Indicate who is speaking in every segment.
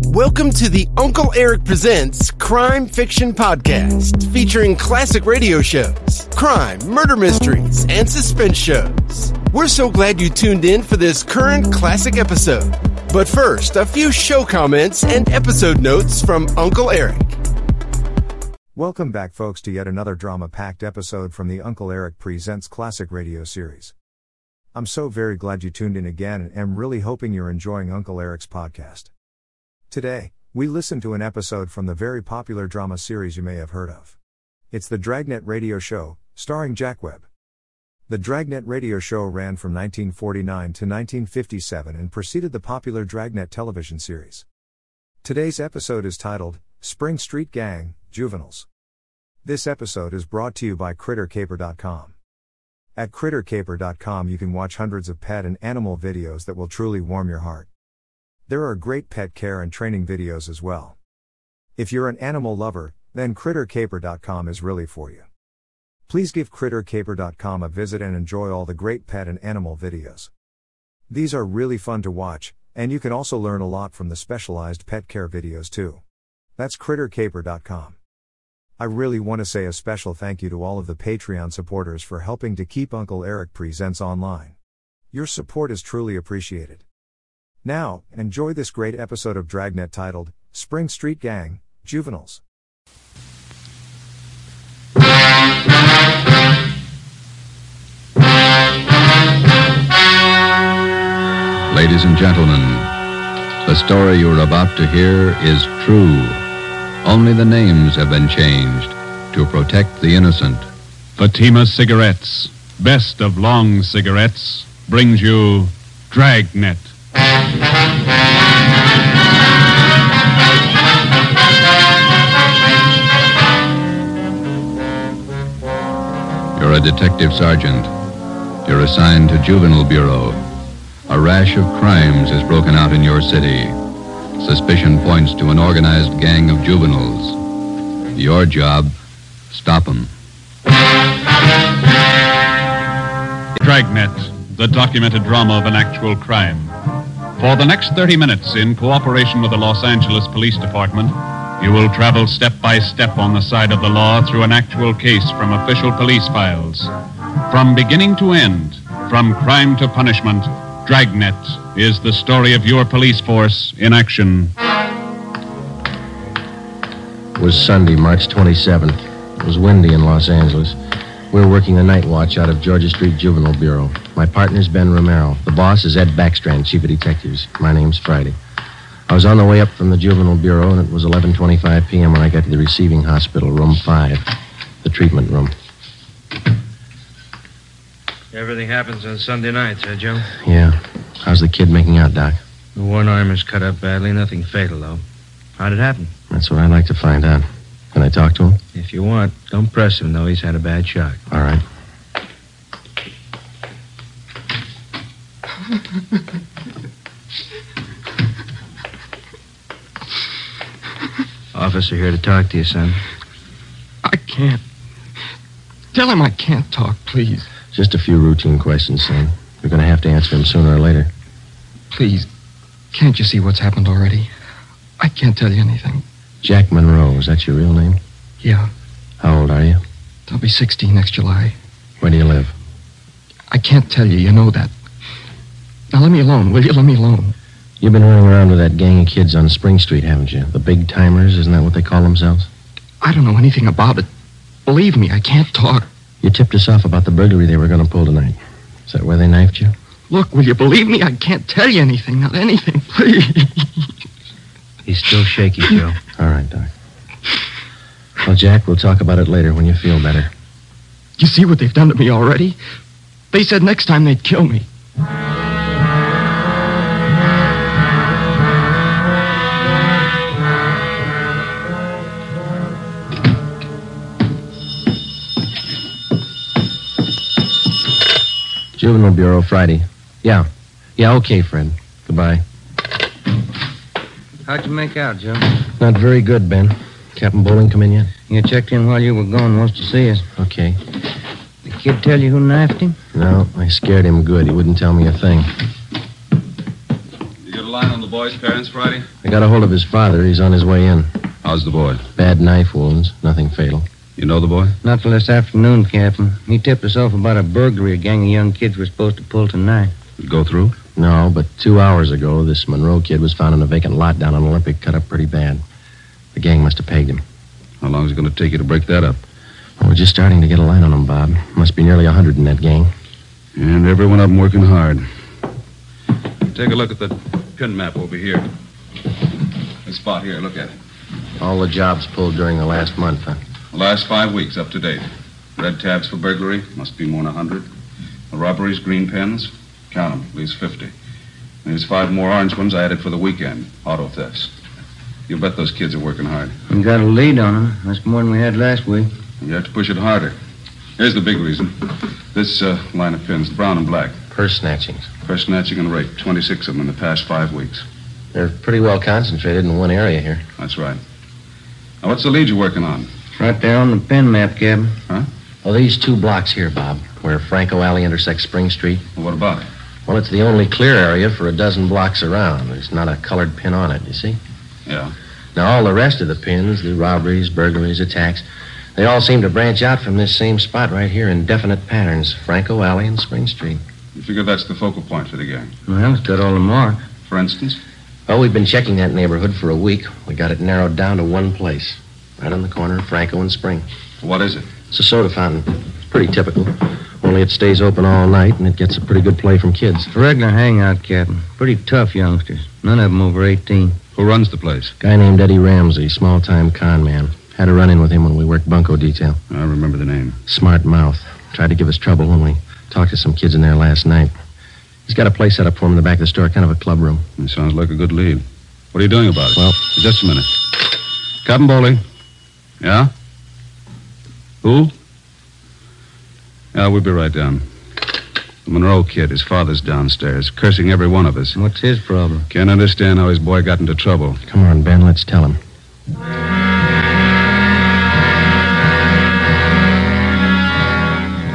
Speaker 1: Welcome to the Uncle Eric Presents Crime Fiction Podcast, featuring classic radio shows, crime, murder mysteries, and suspense shows. We're so glad you tuned in for this current classic episode. But first, a few show comments and episode notes from Uncle Eric.
Speaker 2: Welcome back, folks, to yet another drama packed episode from the Uncle Eric Presents Classic Radio series. I'm so very glad you tuned in again and am really hoping you're enjoying Uncle Eric's podcast. Today, we listen to an episode from the very popular drama series you may have heard of. It's the Dragnet Radio Show, starring Jack Webb. The Dragnet Radio Show ran from 1949 to 1957 and preceded the popular Dragnet television series. Today's episode is titled Spring Street Gang Juveniles. This episode is brought to you by CritterCaper.com. At CritterCaper.com, you can watch hundreds of pet and animal videos that will truly warm your heart. There are great pet care and training videos as well. If you're an animal lover, then CritterCaper.com is really for you. Please give CritterCaper.com a visit and enjoy all the great pet and animal videos. These are really fun to watch, and you can also learn a lot from the specialized pet care videos too. That's CritterCaper.com. I really want to say a special thank you to all of the Patreon supporters for helping to keep Uncle Eric Presents online. Your support is truly appreciated. Now, enjoy this great episode of Dragnet titled Spring Street Gang Juveniles.
Speaker 3: Ladies and gentlemen, the story you're about to hear is true. Only the names have been changed to protect the innocent.
Speaker 4: Fatima Cigarettes, best of long cigarettes, brings you Dragnet.
Speaker 3: You're a detective sergeant. You're assigned to Juvenile Bureau. A rash of crimes has broken out in your city. Suspicion points to an organized gang of juveniles. Your job, stop them.
Speaker 4: Dragnet, the documented drama of an actual crime. For the next 30 minutes, in cooperation with the Los Angeles Police Department, you will travel step by step on the side of the law through an actual case from official police files. From beginning to end, from crime to punishment, Dragnet is the story of your police force in action.
Speaker 5: It was Sunday, March 27th. It was windy in Los Angeles. We were working the night watch out of Georgia Street Juvenile Bureau. My partner's Ben Romero. The boss is Ed Backstrand, chief of detectives. My name's Friday. I was on the way up from the Juvenile Bureau, and it was 11.25 p.m. when I got to the receiving hospital, room 5, the treatment room.
Speaker 6: Everything happens on Sunday nights, huh, Joe?
Speaker 5: Yeah. How's the kid making out, Doc?
Speaker 6: The one arm is cut up badly, nothing fatal, though. How'd it happen?
Speaker 5: That's what I'd like to find out. Can I talk to him?
Speaker 6: If you want, don't press him, though. He's had a bad shock.
Speaker 5: All right.
Speaker 6: Officer here to talk to you, son.
Speaker 7: I can't. Tell him I can't talk, please.
Speaker 5: Just a few routine questions, son. You're going to have to answer them sooner or later.
Speaker 7: Please. Can't you see what's happened already? I can't tell you anything.
Speaker 5: Jack Monroe, is that your real name?
Speaker 7: Yeah.
Speaker 5: How old are you?
Speaker 7: I'll be 16 next July.
Speaker 5: Where do you live?
Speaker 7: I can't tell you. You know that. Now let me alone, will you? Let me alone.
Speaker 5: You've been running around with that gang of kids on Spring Street, haven't you? The big timers, isn't that what they call themselves?
Speaker 7: I don't know anything about it. Believe me, I can't talk.
Speaker 5: You tipped us off about the burglary they were going to pull tonight. Is that where they knifed you?
Speaker 7: Look, will you believe me? I can't tell you anything. Not anything, please.
Speaker 6: He's still shaky, Joe.
Speaker 5: All right, Doc. Well, Jack, we'll talk about it later when you feel better.
Speaker 7: You see what they've done to me already? They said next time they'd kill me.
Speaker 5: Juvenile Bureau, Friday. Yeah. Yeah, okay, Fred. Goodbye.
Speaker 6: How'd you make out, Joe?
Speaker 5: Not very good, Ben. Captain Bowling come in yet?
Speaker 6: You checked in while you were gone. Wants to see us.
Speaker 5: Okay.
Speaker 6: The kid tell you who knifed him?
Speaker 5: No, I scared him good. He wouldn't tell me a thing.
Speaker 4: You get a line on the
Speaker 6: the boy's parents Friday?
Speaker 5: I got a hold of his father. He's on his way in.
Speaker 3: How's the boy?
Speaker 5: Bad knife wounds, nothing fatal.
Speaker 3: You know the boy?
Speaker 8: Not till this afternoon, Captain. He tipped us off about a burglary a gang of young kids were supposed to pull tonight.
Speaker 3: Go through?
Speaker 5: No, but two hours ago, this Monroe kid was found in a vacant lot down on Olympic, cut up pretty bad. The gang must have pegged him.
Speaker 3: How long is it going to take you to break that up?
Speaker 5: We're just starting to get a light on him, Bob. Must be nearly a hundred in that gang.
Speaker 3: And every one of them working hard.
Speaker 6: Take a look at the pin map over here. This spot here, look at it.
Speaker 5: All the jobs pulled during the last month, huh?
Speaker 6: The last five weeks up to date. Red tabs for burglary, must be more than a hundred. The robberies, green pens, count 'em, leaves 50. There's five more orange ones I added for the weekend, auto thefts. You bet those kids are working hard.
Speaker 8: We got a lead on him. That's more than we had last week.
Speaker 6: You have to push it harder. Here's the big reason. This uh, line of pins, brown and black,
Speaker 5: Purse snatchings.
Speaker 6: for snatching and rape, 26 of them in the past five weeks.
Speaker 5: They're pretty well concentrated in one area here.
Speaker 6: That's right. Now, what's the lead you're working on?
Speaker 8: It's right there on the pen map, Captain.
Speaker 5: Well, these two blocks here, Bob, where Franco Alley intersects Spring Street,
Speaker 6: Well, what about it?
Speaker 5: well, it's the only clear area for a dozen blocks around. There's not a colored pin on it, you see?
Speaker 6: Yeah.
Speaker 5: Now, all the rest of the pins, the robberies, burglaries, attacks, they all seem to branch out from this same spot right here in definite patterns Franco Alley and Spring Street.
Speaker 6: You figure that's the focal point for the gang.
Speaker 8: Well, it's got all the marks.
Speaker 6: For instance?
Speaker 5: Well, we've been checking that neighborhood for a week. We got it narrowed down to one place, right on the corner of Franco and Spring.
Speaker 6: What is it?
Speaker 5: It's a soda fountain. Pretty typical. Only it stays open all night and it gets a pretty good play from kids.
Speaker 8: It's a regular hangout, Captain. Pretty tough youngsters. None of 'em over 18.
Speaker 6: Who runs the place?
Speaker 5: Guy named Eddie Ramsey, small time con man. Had a run in with him when we worked bunco detail.
Speaker 6: I remember the name.
Speaker 5: Smart mouth. Tried to give us trouble when we talked to some kids in there last night. He's got a place set up for him in the back of the store, kind of a club room.
Speaker 6: It sounds like a good lead. What are you doing about it?
Speaker 5: Well-
Speaker 6: just a minute. Captain Bowling. Yeah? Who? Yeah, we'll be right down. The Monroe kid, his father's downstairs, cursing every one of us.
Speaker 8: What's his problem?
Speaker 6: Can't understand how his boy got into trouble.
Speaker 5: Come on, Ben, let's tell him.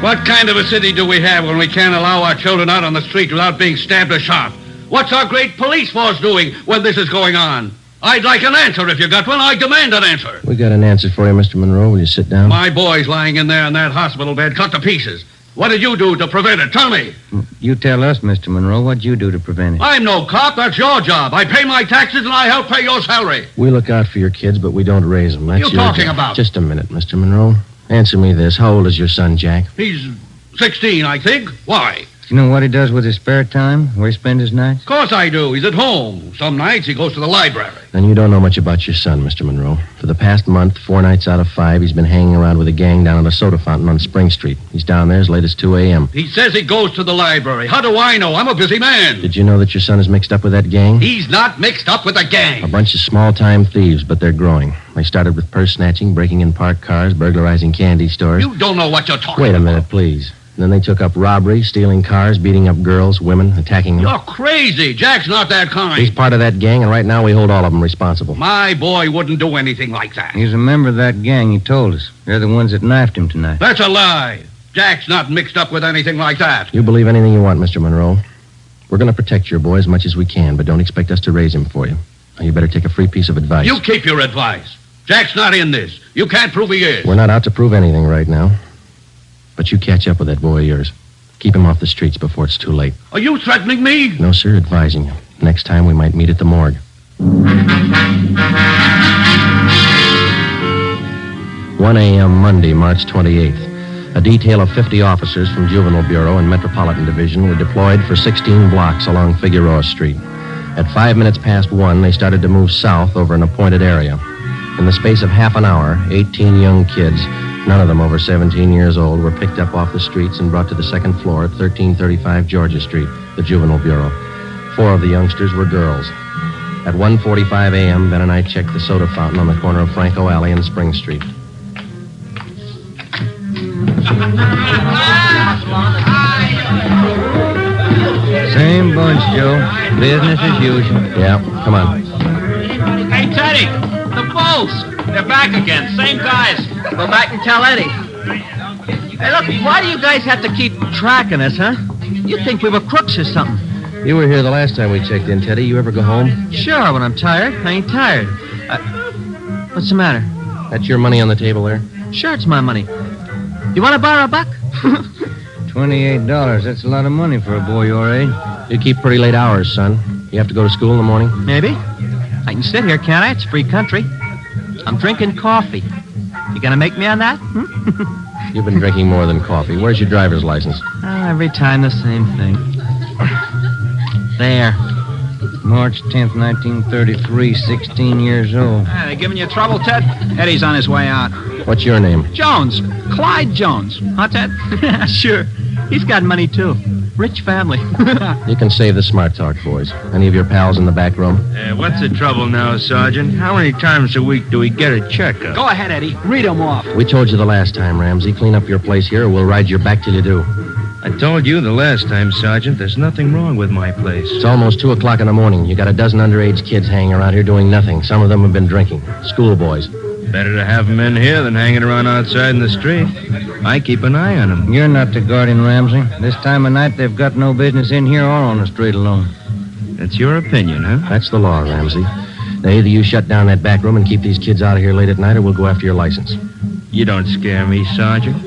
Speaker 9: What kind of a city do we have when we can't allow our children out on the street without being stabbed or shot? What's our great police force doing when this is going on? I'd like an answer if you got one. I demand an answer.
Speaker 5: We got an answer for you, Mr. Monroe. Will you sit down?
Speaker 9: My boy's lying in there in that hospital bed, cut to pieces. What did you do to prevent it? Tell me.
Speaker 8: You tell us, Mr. Monroe, what'd you do to prevent it?
Speaker 9: I'm no cop. That's your job. I pay my taxes and I help pay your salary.
Speaker 5: We look out for your kids, but we don't raise them. That's
Speaker 9: You
Speaker 5: your
Speaker 9: talking
Speaker 5: job.
Speaker 9: about?
Speaker 5: Just a minute, Mr. Monroe. Answer me this. How old is your son, Jack?
Speaker 9: He's 16, I think. Why?
Speaker 8: You know what he does with his spare time? Where he spends his nights?
Speaker 9: Of course I do. He's at home. Some nights he goes to the library.
Speaker 5: Then you don't know much about your son, Mr. Monroe. For the past month, four nights out of five, he's been hanging around with a gang down at a soda fountain on Spring Street. He's down there as late as 2 a.m.
Speaker 9: He says he goes to the library. How do I know? I'm a busy man.
Speaker 5: Did you know that your son is mixed up with that gang?
Speaker 9: He's not mixed up with a gang.
Speaker 5: A bunch of small time thieves, but they're growing. They started with purse snatching, breaking in parked cars, burglarizing candy stores.
Speaker 9: You don't know what you're talking
Speaker 5: Wait a
Speaker 9: about.
Speaker 5: minute, please. Then they took up robbery, stealing cars, beating up girls, women, attacking them.
Speaker 9: You're crazy. Jack's not that kind.
Speaker 5: He's part of that gang, and right now we hold all of them responsible.
Speaker 9: My boy wouldn't do anything like that.
Speaker 8: He's a member of that gang, he told us. They're the ones that knifed him tonight.
Speaker 9: That's a lie. Jack's not mixed up with anything like that.
Speaker 5: You believe anything you want, Mr. Monroe. We're going to protect your boy as much as we can, but don't expect us to raise him for you. Now, you better take a free piece of advice.
Speaker 9: You keep your advice. Jack's not in this. You can't prove he is.
Speaker 5: We're not out to prove anything right now. But you catch up with that boy of yours. Keep him off the streets before it's too late.
Speaker 9: Are you threatening me?
Speaker 5: No, sir, advising you. Next time we might meet at the morgue. One a.m. Monday, March 28th. A detail of 50 officers from Juvenile Bureau and Metropolitan Division were deployed for 16 blocks along Figueroa Street. At five minutes past one, they started to move south over an appointed area. In the space of half an hour, 18 young kids, none of them over 17 years old, were picked up off the streets and brought to the second floor at 1335 Georgia Street, the Juvenile Bureau. Four of the youngsters were girls. At 1.45 a.m., Ben and I checked the soda fountain on the corner of Franco Alley and Spring Street.
Speaker 8: Same bunch, Joe. Business as usual.
Speaker 5: Yeah, come on.
Speaker 10: Hey, Teddy, the Bulls. They're back again. Same guys. Go back and tell Eddie. Hey, look, why do you guys have to keep tracking us, huh? You think we were crooks or something.
Speaker 5: You were here the last time we checked in, Teddy. You ever go home?
Speaker 11: Sure, when I'm tired. I ain't tired. I... What's the matter?
Speaker 5: That's your money on the table there.
Speaker 11: Sure, it's my money. You want to borrow a buck?
Speaker 8: Twenty-eight dollars. That's a lot of money for a boy your age.
Speaker 5: You keep pretty late hours, son. You have to go to school in the morning?
Speaker 11: Maybe. I can sit here, can't I? It's free country. I'm drinking coffee. You gonna make me on that? Hmm?
Speaker 5: You've been drinking more than coffee. Where's your driver's license?
Speaker 11: Ah, every time the same thing. There.
Speaker 8: March 10th, 1933, 16 years old.
Speaker 10: Ah, they giving you trouble, Ted? Eddie's on his way out.
Speaker 5: What's your name?
Speaker 10: Jones. Clyde Jones. Huh, Ted?
Speaker 11: sure. He's got money, too. Rich family.
Speaker 5: you can save the smart talk, boys. Any of your pals in the back room?
Speaker 12: Uh, what's the trouble now, Sergeant? How many times a week do we get a checkup?
Speaker 10: Go ahead, Eddie. Read 'em off.
Speaker 5: We told you the last time, Ramsey. Clean up your place here, or we'll ride your back till you do.
Speaker 12: I told you the last time, Sergeant, there's nothing wrong with my place.
Speaker 5: It's almost 2 o'clock in the morning. You got a dozen underage kids hanging around here doing nothing. Some of them have been drinking. Schoolboys.
Speaker 12: Better to have 'em in here than hanging around outside in the street. I keep an eye on 'em.
Speaker 8: You're not the guardian, Ramsey. This time of night, they've got no business in here or on the street alone.
Speaker 12: That's your opinion, huh?
Speaker 5: That's the law, Ramsey. Now, either you shut down that back room and keep these kids out of here late at night, or we'll go after your license.
Speaker 12: You don't scare me, Sergeant.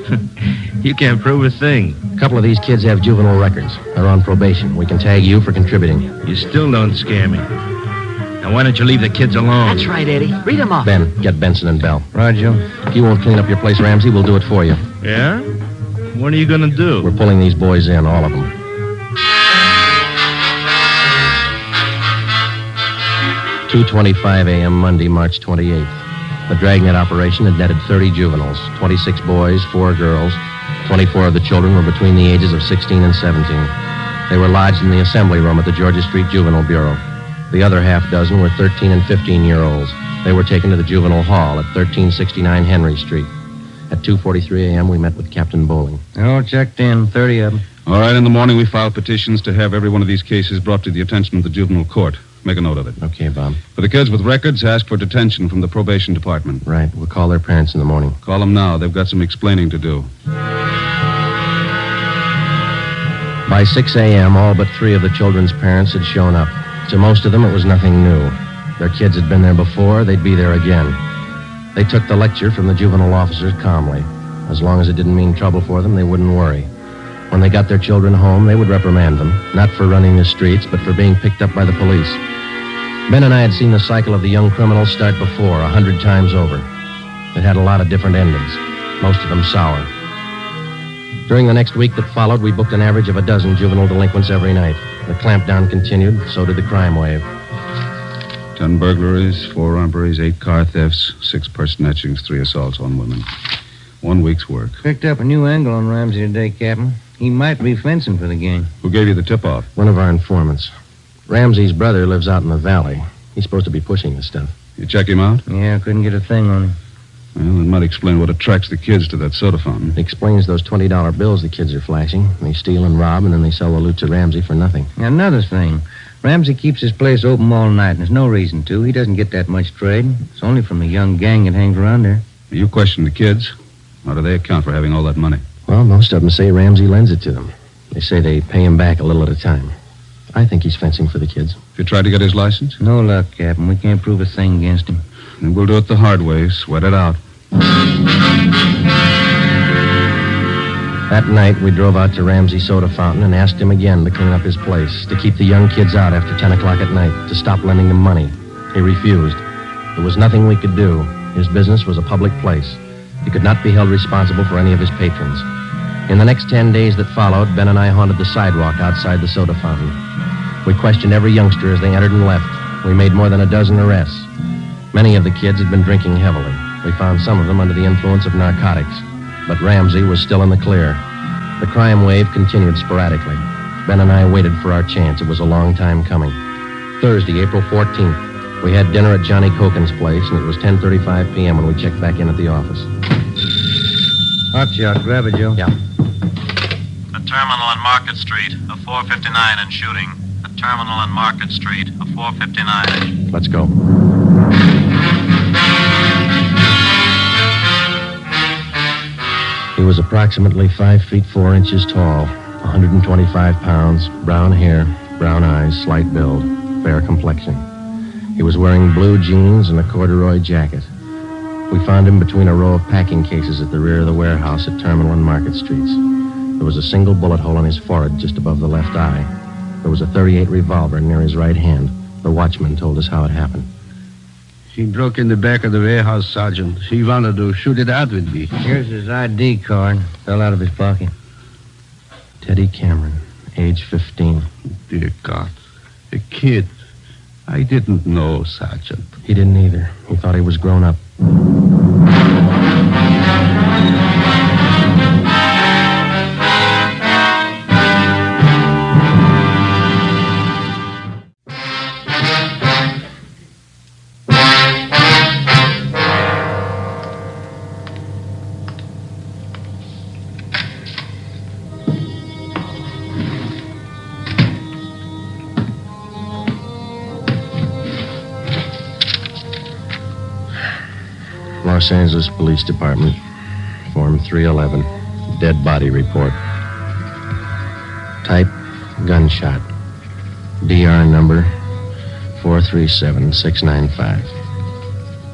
Speaker 12: you can't prove a thing.
Speaker 5: A couple of these kids have juvenile records. They're on probation. We can tag you for contributing.
Speaker 12: You still don't scare me. Now, why don't you leave the kids alone?
Speaker 11: That's right, Eddie. Read 'em off.
Speaker 5: Oh. Ben, get Benson and Bell.
Speaker 8: Roger.
Speaker 5: If you won't clean up your place, Ramsey, we'll do it for you.
Speaker 12: Yeah? What are you going to do?
Speaker 5: We're pulling these boys in, all of them. Two twenty-five a.m. Monday, March twenty-eighth. The dragnet operation had netted thirty juveniles, twenty-six boys, four girls. Twenty-four of the children were between the ages of sixteen and seventeen. They were lodged in the assembly room at the Georgia Street Juvenile Bureau. The other half dozen were 13 and 15 year olds. They were taken to the juvenile hall at 1369 Henry Street. At 2:43 a.m., we met with Captain Bowling.
Speaker 8: They're all checked in, 30 of them.
Speaker 4: All right, in the morning we filed petitions to have every one of these cases brought to the attention of the juvenile court. Make a note of it.
Speaker 5: Okay, Bob.
Speaker 4: For the kids with records, ask for detention from the probation department.
Speaker 5: Right. We'll call their parents in the morning.
Speaker 4: Call them now. They've got some explaining to do.
Speaker 5: By 6 a.m., all but three of the children's parents had shown up. To most of them, it was nothing new. Their kids had been there before, they'd be there again. They took the lecture from the juvenile officers calmly. As long as it didn't mean trouble for them, they wouldn't worry. When they got their children home, they would reprimand them, not for running the streets, but for being picked up by the police. Ben and I had seen the cycle of the young criminals start before, a hundred times over. It had a lot of different endings, most of them sour. During the next week that followed, we booked an average of a dozen juvenile delinquents every night. The clampdown continued, so did the crime wave.
Speaker 4: Ten burglaries, four robberies, eight car thefts, six purse snatchings, three assaults on women. One week's work.
Speaker 8: Picked up a new angle on Ramsey today, Captain. He might be fencing for the gang.
Speaker 4: Who gave you the tip off?
Speaker 5: One of our informants. Ramsey's brother lives out in the valley. He's supposed to be pushing this stuff.
Speaker 4: You check him out?
Speaker 8: Yeah, couldn't get a thing on him.
Speaker 4: Well, that might explain what attracts the kids to that soda fountain.
Speaker 5: It explains those $20 bills the kids are flashing. They steal and rob, and then they sell the loot to Ramsey for nothing.
Speaker 8: Another thing. Ramsey keeps his place open all night, and there's no reason to. He doesn't get that much trade. It's only from the young gang that hangs around there.
Speaker 4: You question the kids. How do they account for having all that money?
Speaker 5: Well, most of them say Ramsey lends it to them. They say they pay him back a little at a time. I think he's fencing for the kids.
Speaker 4: If you tried to get his license,
Speaker 8: No luck, Captain. We can't prove a thing against him.
Speaker 4: then we'll do it the hard way. Sweat it out.
Speaker 5: That night, we drove out to Ramsey's soda fountain and asked him again to clean up his place, to keep the young kids out after 10 o'clock at night, to stop lending them money. He refused. There was nothing we could do. His business was a public place. He could not be held responsible for any of his patrons. In the next 10 days that followed, Ben and I haunted the sidewalk outside the soda fountain. We questioned every youngster as they entered and left. We made more than a dozen arrests. Many of the kids had been drinking heavily. We found some of them under the influence of narcotics. But Ramsey was still in the clear. The crime wave continued sporadically. Ben and I waited for our chance. It was a long time coming. Thursday, April 14th, we had dinner at Johnny Cokin's place, and it was 10.35 p.m. when we checked back in at the office.
Speaker 8: Hot shot. Grab it, Joe.
Speaker 5: Yeah.
Speaker 13: A terminal on Market Street, a 459 and shooting. A terminal on Market Street, a 459.
Speaker 5: Let's go. He was approximately five feet four inches tall, 125 pounds, brown hair, brown eyes, slight build, fair complexion. He was wearing blue jeans and a corduroy jacket. We found him between a row of packing cases at the rear of the warehouse at Terminal and Market Streets. There was a single bullet hole in his forehead just above the left eye. There was a 38 revolver near his right hand. The watchman told us how it happened.
Speaker 14: She broke in the back of the warehouse, Sergeant. She wanted to shoot it out with me.
Speaker 8: Here's his ID card. Fell out of his pocket.
Speaker 5: Teddy Cameron, age 15.
Speaker 14: Dear God, a kid. I didn't know, Sergeant.
Speaker 5: He didn't either. He thought he was grown up. Los Angeles Police Department, Form 311, dead body report. Type gunshot. DR number 437695.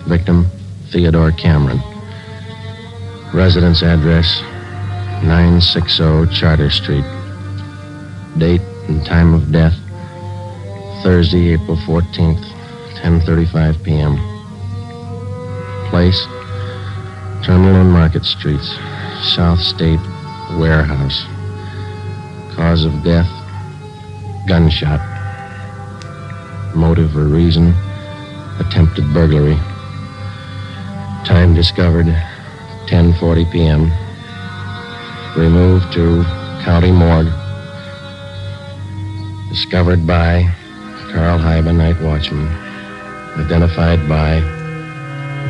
Speaker 5: Victim Theodore Cameron. Residence address 960 Charter Street. Date and time of death Thursday, April 14th, 10:35 p.m. Place Terminal and Market Streets, South State Warehouse. Cause of death, gunshot. Motive or reason, attempted burglary. Time discovered, 10:40 p.m. Removed to county morgue. Discovered by Carl Hyben, night watchman. Identified by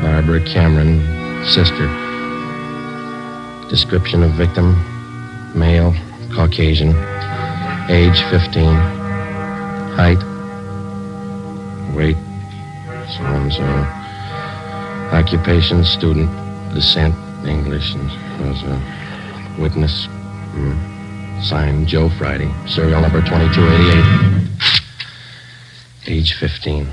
Speaker 5: Barbara Cameron, sister. Description of victim male, Caucasian, age 15, height, weight, so and so. Occupation, student, descent, English, and was a witness. hmm. Signed Joe Friday, serial number 2288, age 15.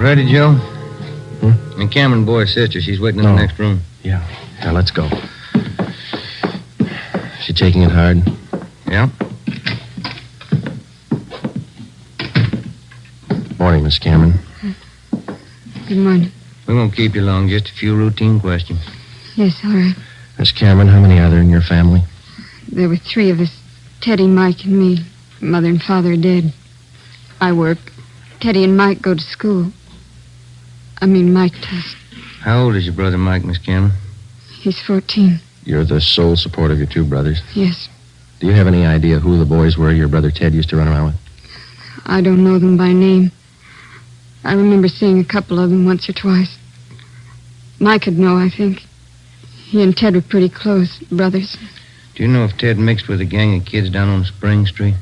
Speaker 8: Ready, Joe?
Speaker 5: Hmm?
Speaker 8: And Cameron Boy's sister. She's waiting in
Speaker 5: Oh.
Speaker 8: the next room.
Speaker 5: Yeah. Now let's go. She taking it hard?
Speaker 8: Yeah?
Speaker 5: Morning, Miss Cameron.
Speaker 15: Good morning.
Speaker 8: We won't keep you long. Just a few routine questions.
Speaker 15: Yes, all right.
Speaker 5: Miss Cameron, how many are there in your family?
Speaker 15: There were three of us Teddy, Mike, and me. Mother and father are dead. I work. Teddy and Mike go to school. I mean, Mike does.
Speaker 8: How old is your brother Mike, Miss Cameron?
Speaker 15: He's 14.
Speaker 5: You're the sole support of your two brothers.
Speaker 15: Yes.
Speaker 5: Do you have any idea who the boys were your brother Ted used to run around with?
Speaker 15: I don't know them by name. I remember seeing a couple of them once or twice. Mike would know, I think. He and Ted were pretty close, brothers.
Speaker 8: Do you know if Ted mixed with a gang of kids down on Spring Street?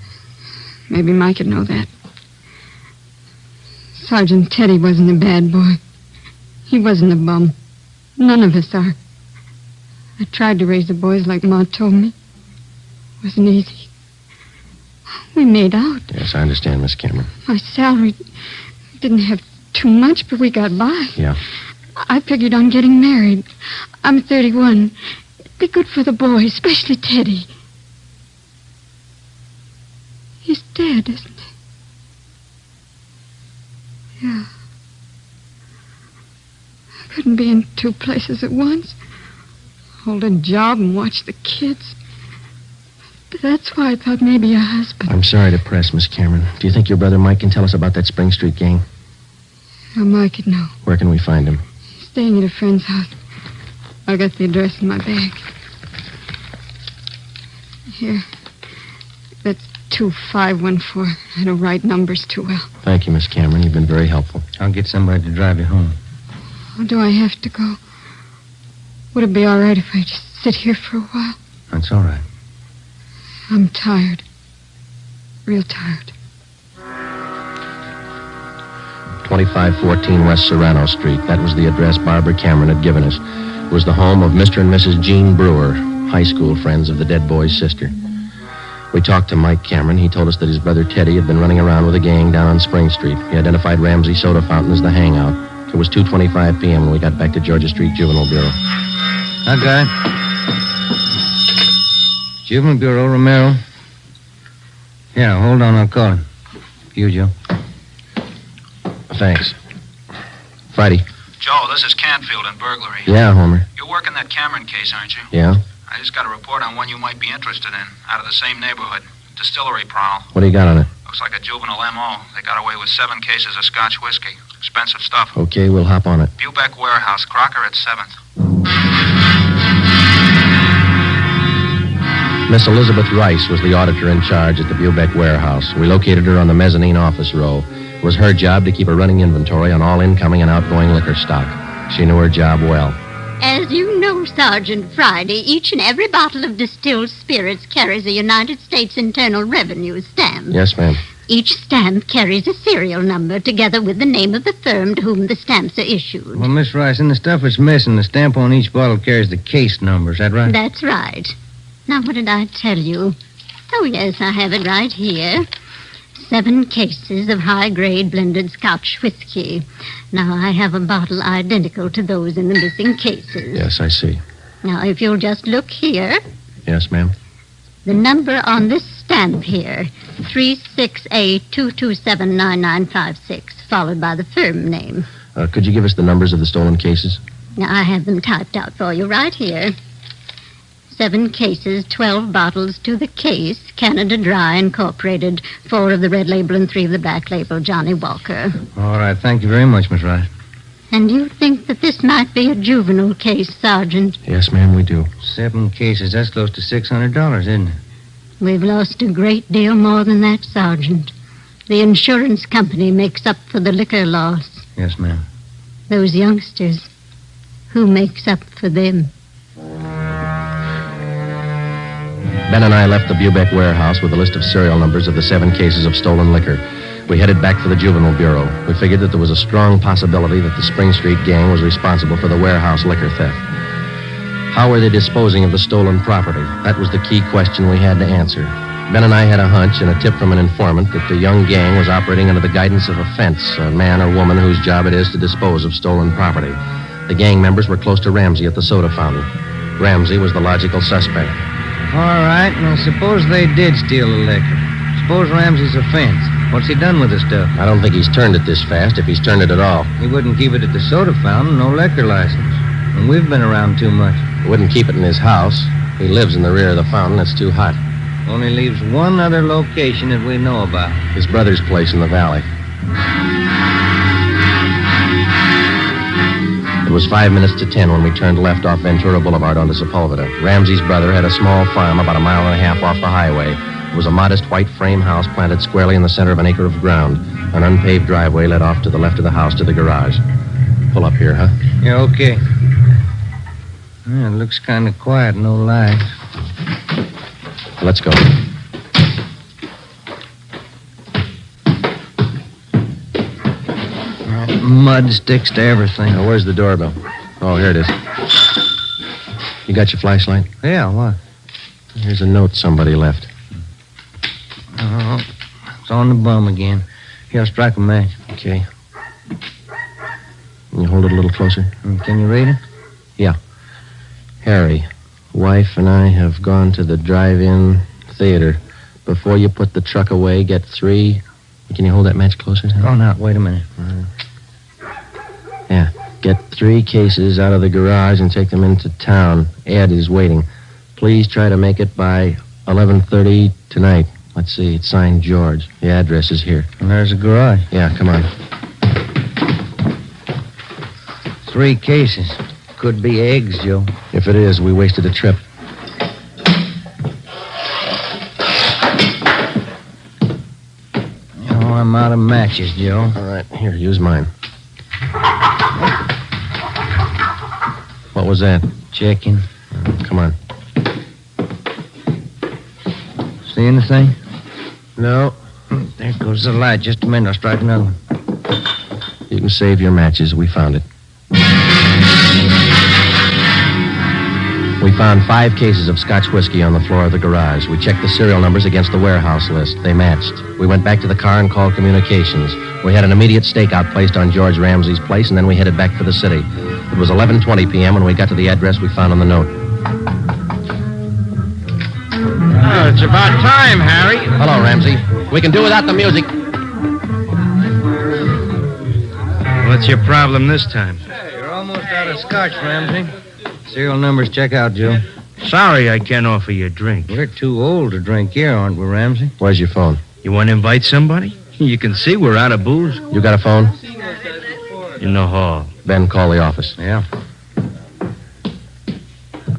Speaker 15: Maybe Mike would know that. Sergeant Teddy wasn't a bad boy. He wasn't a bum. None of us are. I tried to raise the boys like Ma told me. Wasn't easy. We made out.
Speaker 5: Yes, I understand, Miss Cameron.
Speaker 15: My salary didn't have too much, but we got by.
Speaker 5: Yeah.
Speaker 15: I figured on getting married. I'm 31. It'd be good for the boy, especially Teddy. He's dead, isn't he? Yeah. I couldn't be in two places at once. Hold a job and watch the kids. But that's why I thought maybe a husband.
Speaker 5: I'm sorry to press, Miss Cameron. Do you think your brother Mike can tell us about that Spring Street gang?
Speaker 15: Now, Mike could know.
Speaker 5: Where can we find him?
Speaker 15: Staying at a friend's house. I got the address in my bag. Here. That's 2514. I don't write numbers too well.
Speaker 5: Thank you, Miss Cameron. You've been very helpful.
Speaker 8: I'll get somebody to drive you home.
Speaker 15: Or do I have to go? Would it be all right if I just sit here for a while?
Speaker 8: That's all right.
Speaker 15: I'm tired. Real tired.
Speaker 5: 2514 West Serrano Street. That was the address Barbara Cameron had given us. was the home of Mr. and Mrs. Jean Brewer, high school friends of the dead boy's sister. We talked to Mike Cameron. He told us that his brother Teddy had been running around with a gang down on Spring Street. He identified Ramsey Soda Fountain as the hangout. It was 2.25 p.m. when we got back to Georgia Street Juvenile Bureau.
Speaker 8: That guy. Juvenile Bureau, Romero. Yeah, hold on, I'll call him. You, Joe.
Speaker 5: Thanks. Friday.
Speaker 13: Joe, this is Canfield in burglary.
Speaker 5: Yeah, Homer.
Speaker 13: You're working that Cameron case, aren't you?
Speaker 5: Yeah?
Speaker 13: I just got a report on one you might be interested in, out of the same neighborhood. Distillery prowl.
Speaker 5: What do you got on it?
Speaker 13: Looks like a juvenile M.O. They got away with seven cases of Scotch whiskey. Expensive stuff.
Speaker 5: Okay, we'll hop on it.
Speaker 13: Bubeck Warehouse, Crocker at 7th.
Speaker 5: Miss Elizabeth Rice was the auditor in charge at the Bubeck warehouse. We located her on the mezzanine office row. It was her job to keep a running inventory on all incoming and outgoing liquor stock. She knew her job well.
Speaker 16: As you know, Sergeant Friday, each and every bottle of distilled spirits carries a United States Internal Revenue stamp.
Speaker 5: Yes, ma'am.
Speaker 16: Each stamp carries a serial number together with the name of the firm to whom the stamps are issued.
Speaker 8: Well, Miss Rice, and the stuff that's missing, the stamp on each bottle carries the case number. Is that right?
Speaker 16: That's right. Now, what did I tell you? Oh, yes, I have it right here. Seven cases of high grade blended Scotch whiskey. Now, I have a bottle identical to those in the missing cases.
Speaker 5: Yes, I see.
Speaker 16: Now, if you'll just look here,
Speaker 5: Yes, ma'am.
Speaker 16: the number on this stamp here 368 followed by the firm name.
Speaker 5: Uh, could you give us the numbers of the stolen cases?
Speaker 16: Now, I have them typed out for you right here. Seven cases, 12 bottles to the case, Canada Dry Incorporated, four of the red label and three of the black label, Johnny Walker.
Speaker 8: All right, thank you very much, Miss Rice.
Speaker 16: And you think that this might be a juvenile case, Sergeant?
Speaker 5: Yes, ma'am, we do.
Speaker 8: Seven cases, that's close to $600, isn't it?
Speaker 16: We've lost a great deal more than that, Sergeant. The insurance company makes up for the liquor loss.
Speaker 8: Yes, ma'am.
Speaker 16: Those youngsters, who makes up for them?
Speaker 5: Ben and I left the Bubeck warehouse with a list of serial numbers of the seven cases of stolen liquor. We headed back for the Juvenile Bureau. We figured that there was a strong possibility that the Spring Street gang was responsible for the warehouse liquor theft. How were they disposing of the stolen property? That was the key question we had to answer. Ben and I had a hunch and a tip from an informant that the young gang was operating under the guidance of a fence, a man or woman whose job it is to dispose of stolen property. The gang members were close to Ramsey at the soda fountain. Ramsey was the logical suspect.
Speaker 8: All right, now suppose they did steal the liquor. Suppose Ramsey's a fence. What's he done with the stuff?
Speaker 5: I don't think he's turned it this fast, if he's turned it at all.
Speaker 8: He wouldn't keep it at the soda fountain, no liquor license. And we've been around too much.
Speaker 5: Wouldn't keep it in his house. He lives in the rear of the fountain. It's too hot.
Speaker 8: Only leaves one other location that we know about.
Speaker 5: His brother's place in the valley. It was five minutes to ten when we turned left off Ventura Boulevard onto Sepulveda. Ramsey's brother had a small farm about a mile and a half off the highway. It was a modest white frame house planted squarely in the center of an acre of ground. An unpaved driveway led off to the left of the house to the garage. Pull up here, huh?
Speaker 8: Yeah, okay. Yeah, it looks kind of quiet, no lights.
Speaker 5: Let's go.
Speaker 8: Mud sticks to everything.
Speaker 5: Now, where's the doorbell? Oh, here it is. You got your flashlight?
Speaker 8: Yeah, what?
Speaker 5: Here's a note somebody left.
Speaker 8: Oh, it's on the bum again. Here, I'll strike a match.
Speaker 5: Okay. Can you hold it a little closer?
Speaker 8: Mm, Can you read it?
Speaker 5: Harry, wife and I have gone to the drive in theater. Before you put the truck away, get three. Can you hold that match closer?
Speaker 8: Oh, no, wait a minute.
Speaker 5: Yeah. Get three cases out of the garage and take them into town. Ed is waiting. Please try to make it by 11:30 tonight. Let's see. It's signed George. The address is here.
Speaker 8: And there's a garage.
Speaker 5: Yeah, come on.
Speaker 8: Three cases. Could be eggs, Joe.
Speaker 5: If it is, we wasted a trip.
Speaker 8: Oh, I'm out of matches, Joe.
Speaker 5: All right, here, use mine. What was that? Uh,
Speaker 8: Checking.
Speaker 5: Come on.
Speaker 8: See anything? Hmm,
Speaker 5: No,
Speaker 8: There goes the light. Just a minute, I'll strike another one.
Speaker 5: you can save your matches. We found it. We found five cases of Scotch whiskey on the floor of the garage. We checked the serial numbers against the warehouse list. They matched. We went back to the car and called communications. We had an immediate stakeout placed on George Ramsey's place, and then we headed back for the city. It was 11:20 p.m. when we got to the address we found on the note.
Speaker 17: Oh, it's about time, Harry.
Speaker 5: Hello, Ramsey. We can do without the music.
Speaker 12: What's your problem this time?
Speaker 8: You're almost out of scotch, Ramsey. Serial numbers check out, Joe.
Speaker 12: Sorry I can't offer you a drink.
Speaker 8: We're too old to drink here, aren't we, Ramsey?
Speaker 5: Where's your phone?
Speaker 12: You want to invite somebody? You can see we're out of booze.
Speaker 5: You got a phone?
Speaker 12: In the hall.
Speaker 5: Ben, call the office.
Speaker 8: Yeah.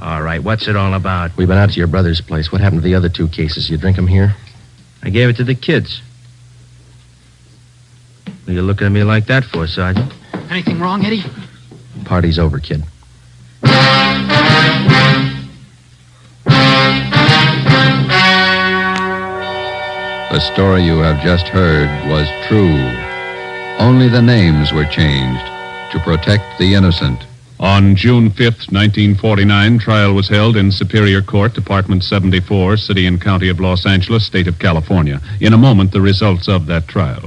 Speaker 12: All right, what's it all about?
Speaker 5: We've been out to your brother's place. What happened to the other two cases? You drink 'em here?
Speaker 12: I gave it to the kids. What are you looking at me like that for, Sergeant?
Speaker 11: Anything wrong, Eddie?
Speaker 5: Party's over, kid.
Speaker 3: The story you have just heard was true. Only the names were changed to protect the innocent.
Speaker 4: On June 5th, 1949, trial was held in Superior Court, Department 74, City and County of Los Angeles, State of California. In a moment, the results of that trial.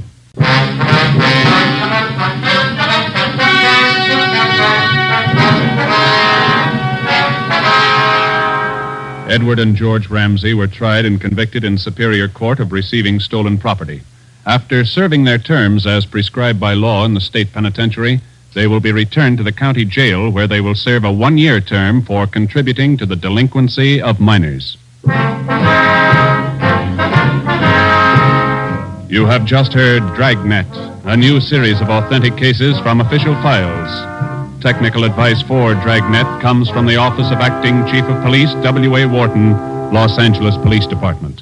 Speaker 4: Edward and George Ramsey were tried and convicted in Superior Court of receiving stolen property. After serving their terms as prescribed by law in the state penitentiary, they will be returned to the county jail where they will serve a one year term for contributing to the delinquency of minors. You have just heard Dragnet, a new series of authentic cases from official files. Technical advice for Dragnet comes from the Office of Acting Chief of Police W.A. Wharton, Los Angeles Police Department.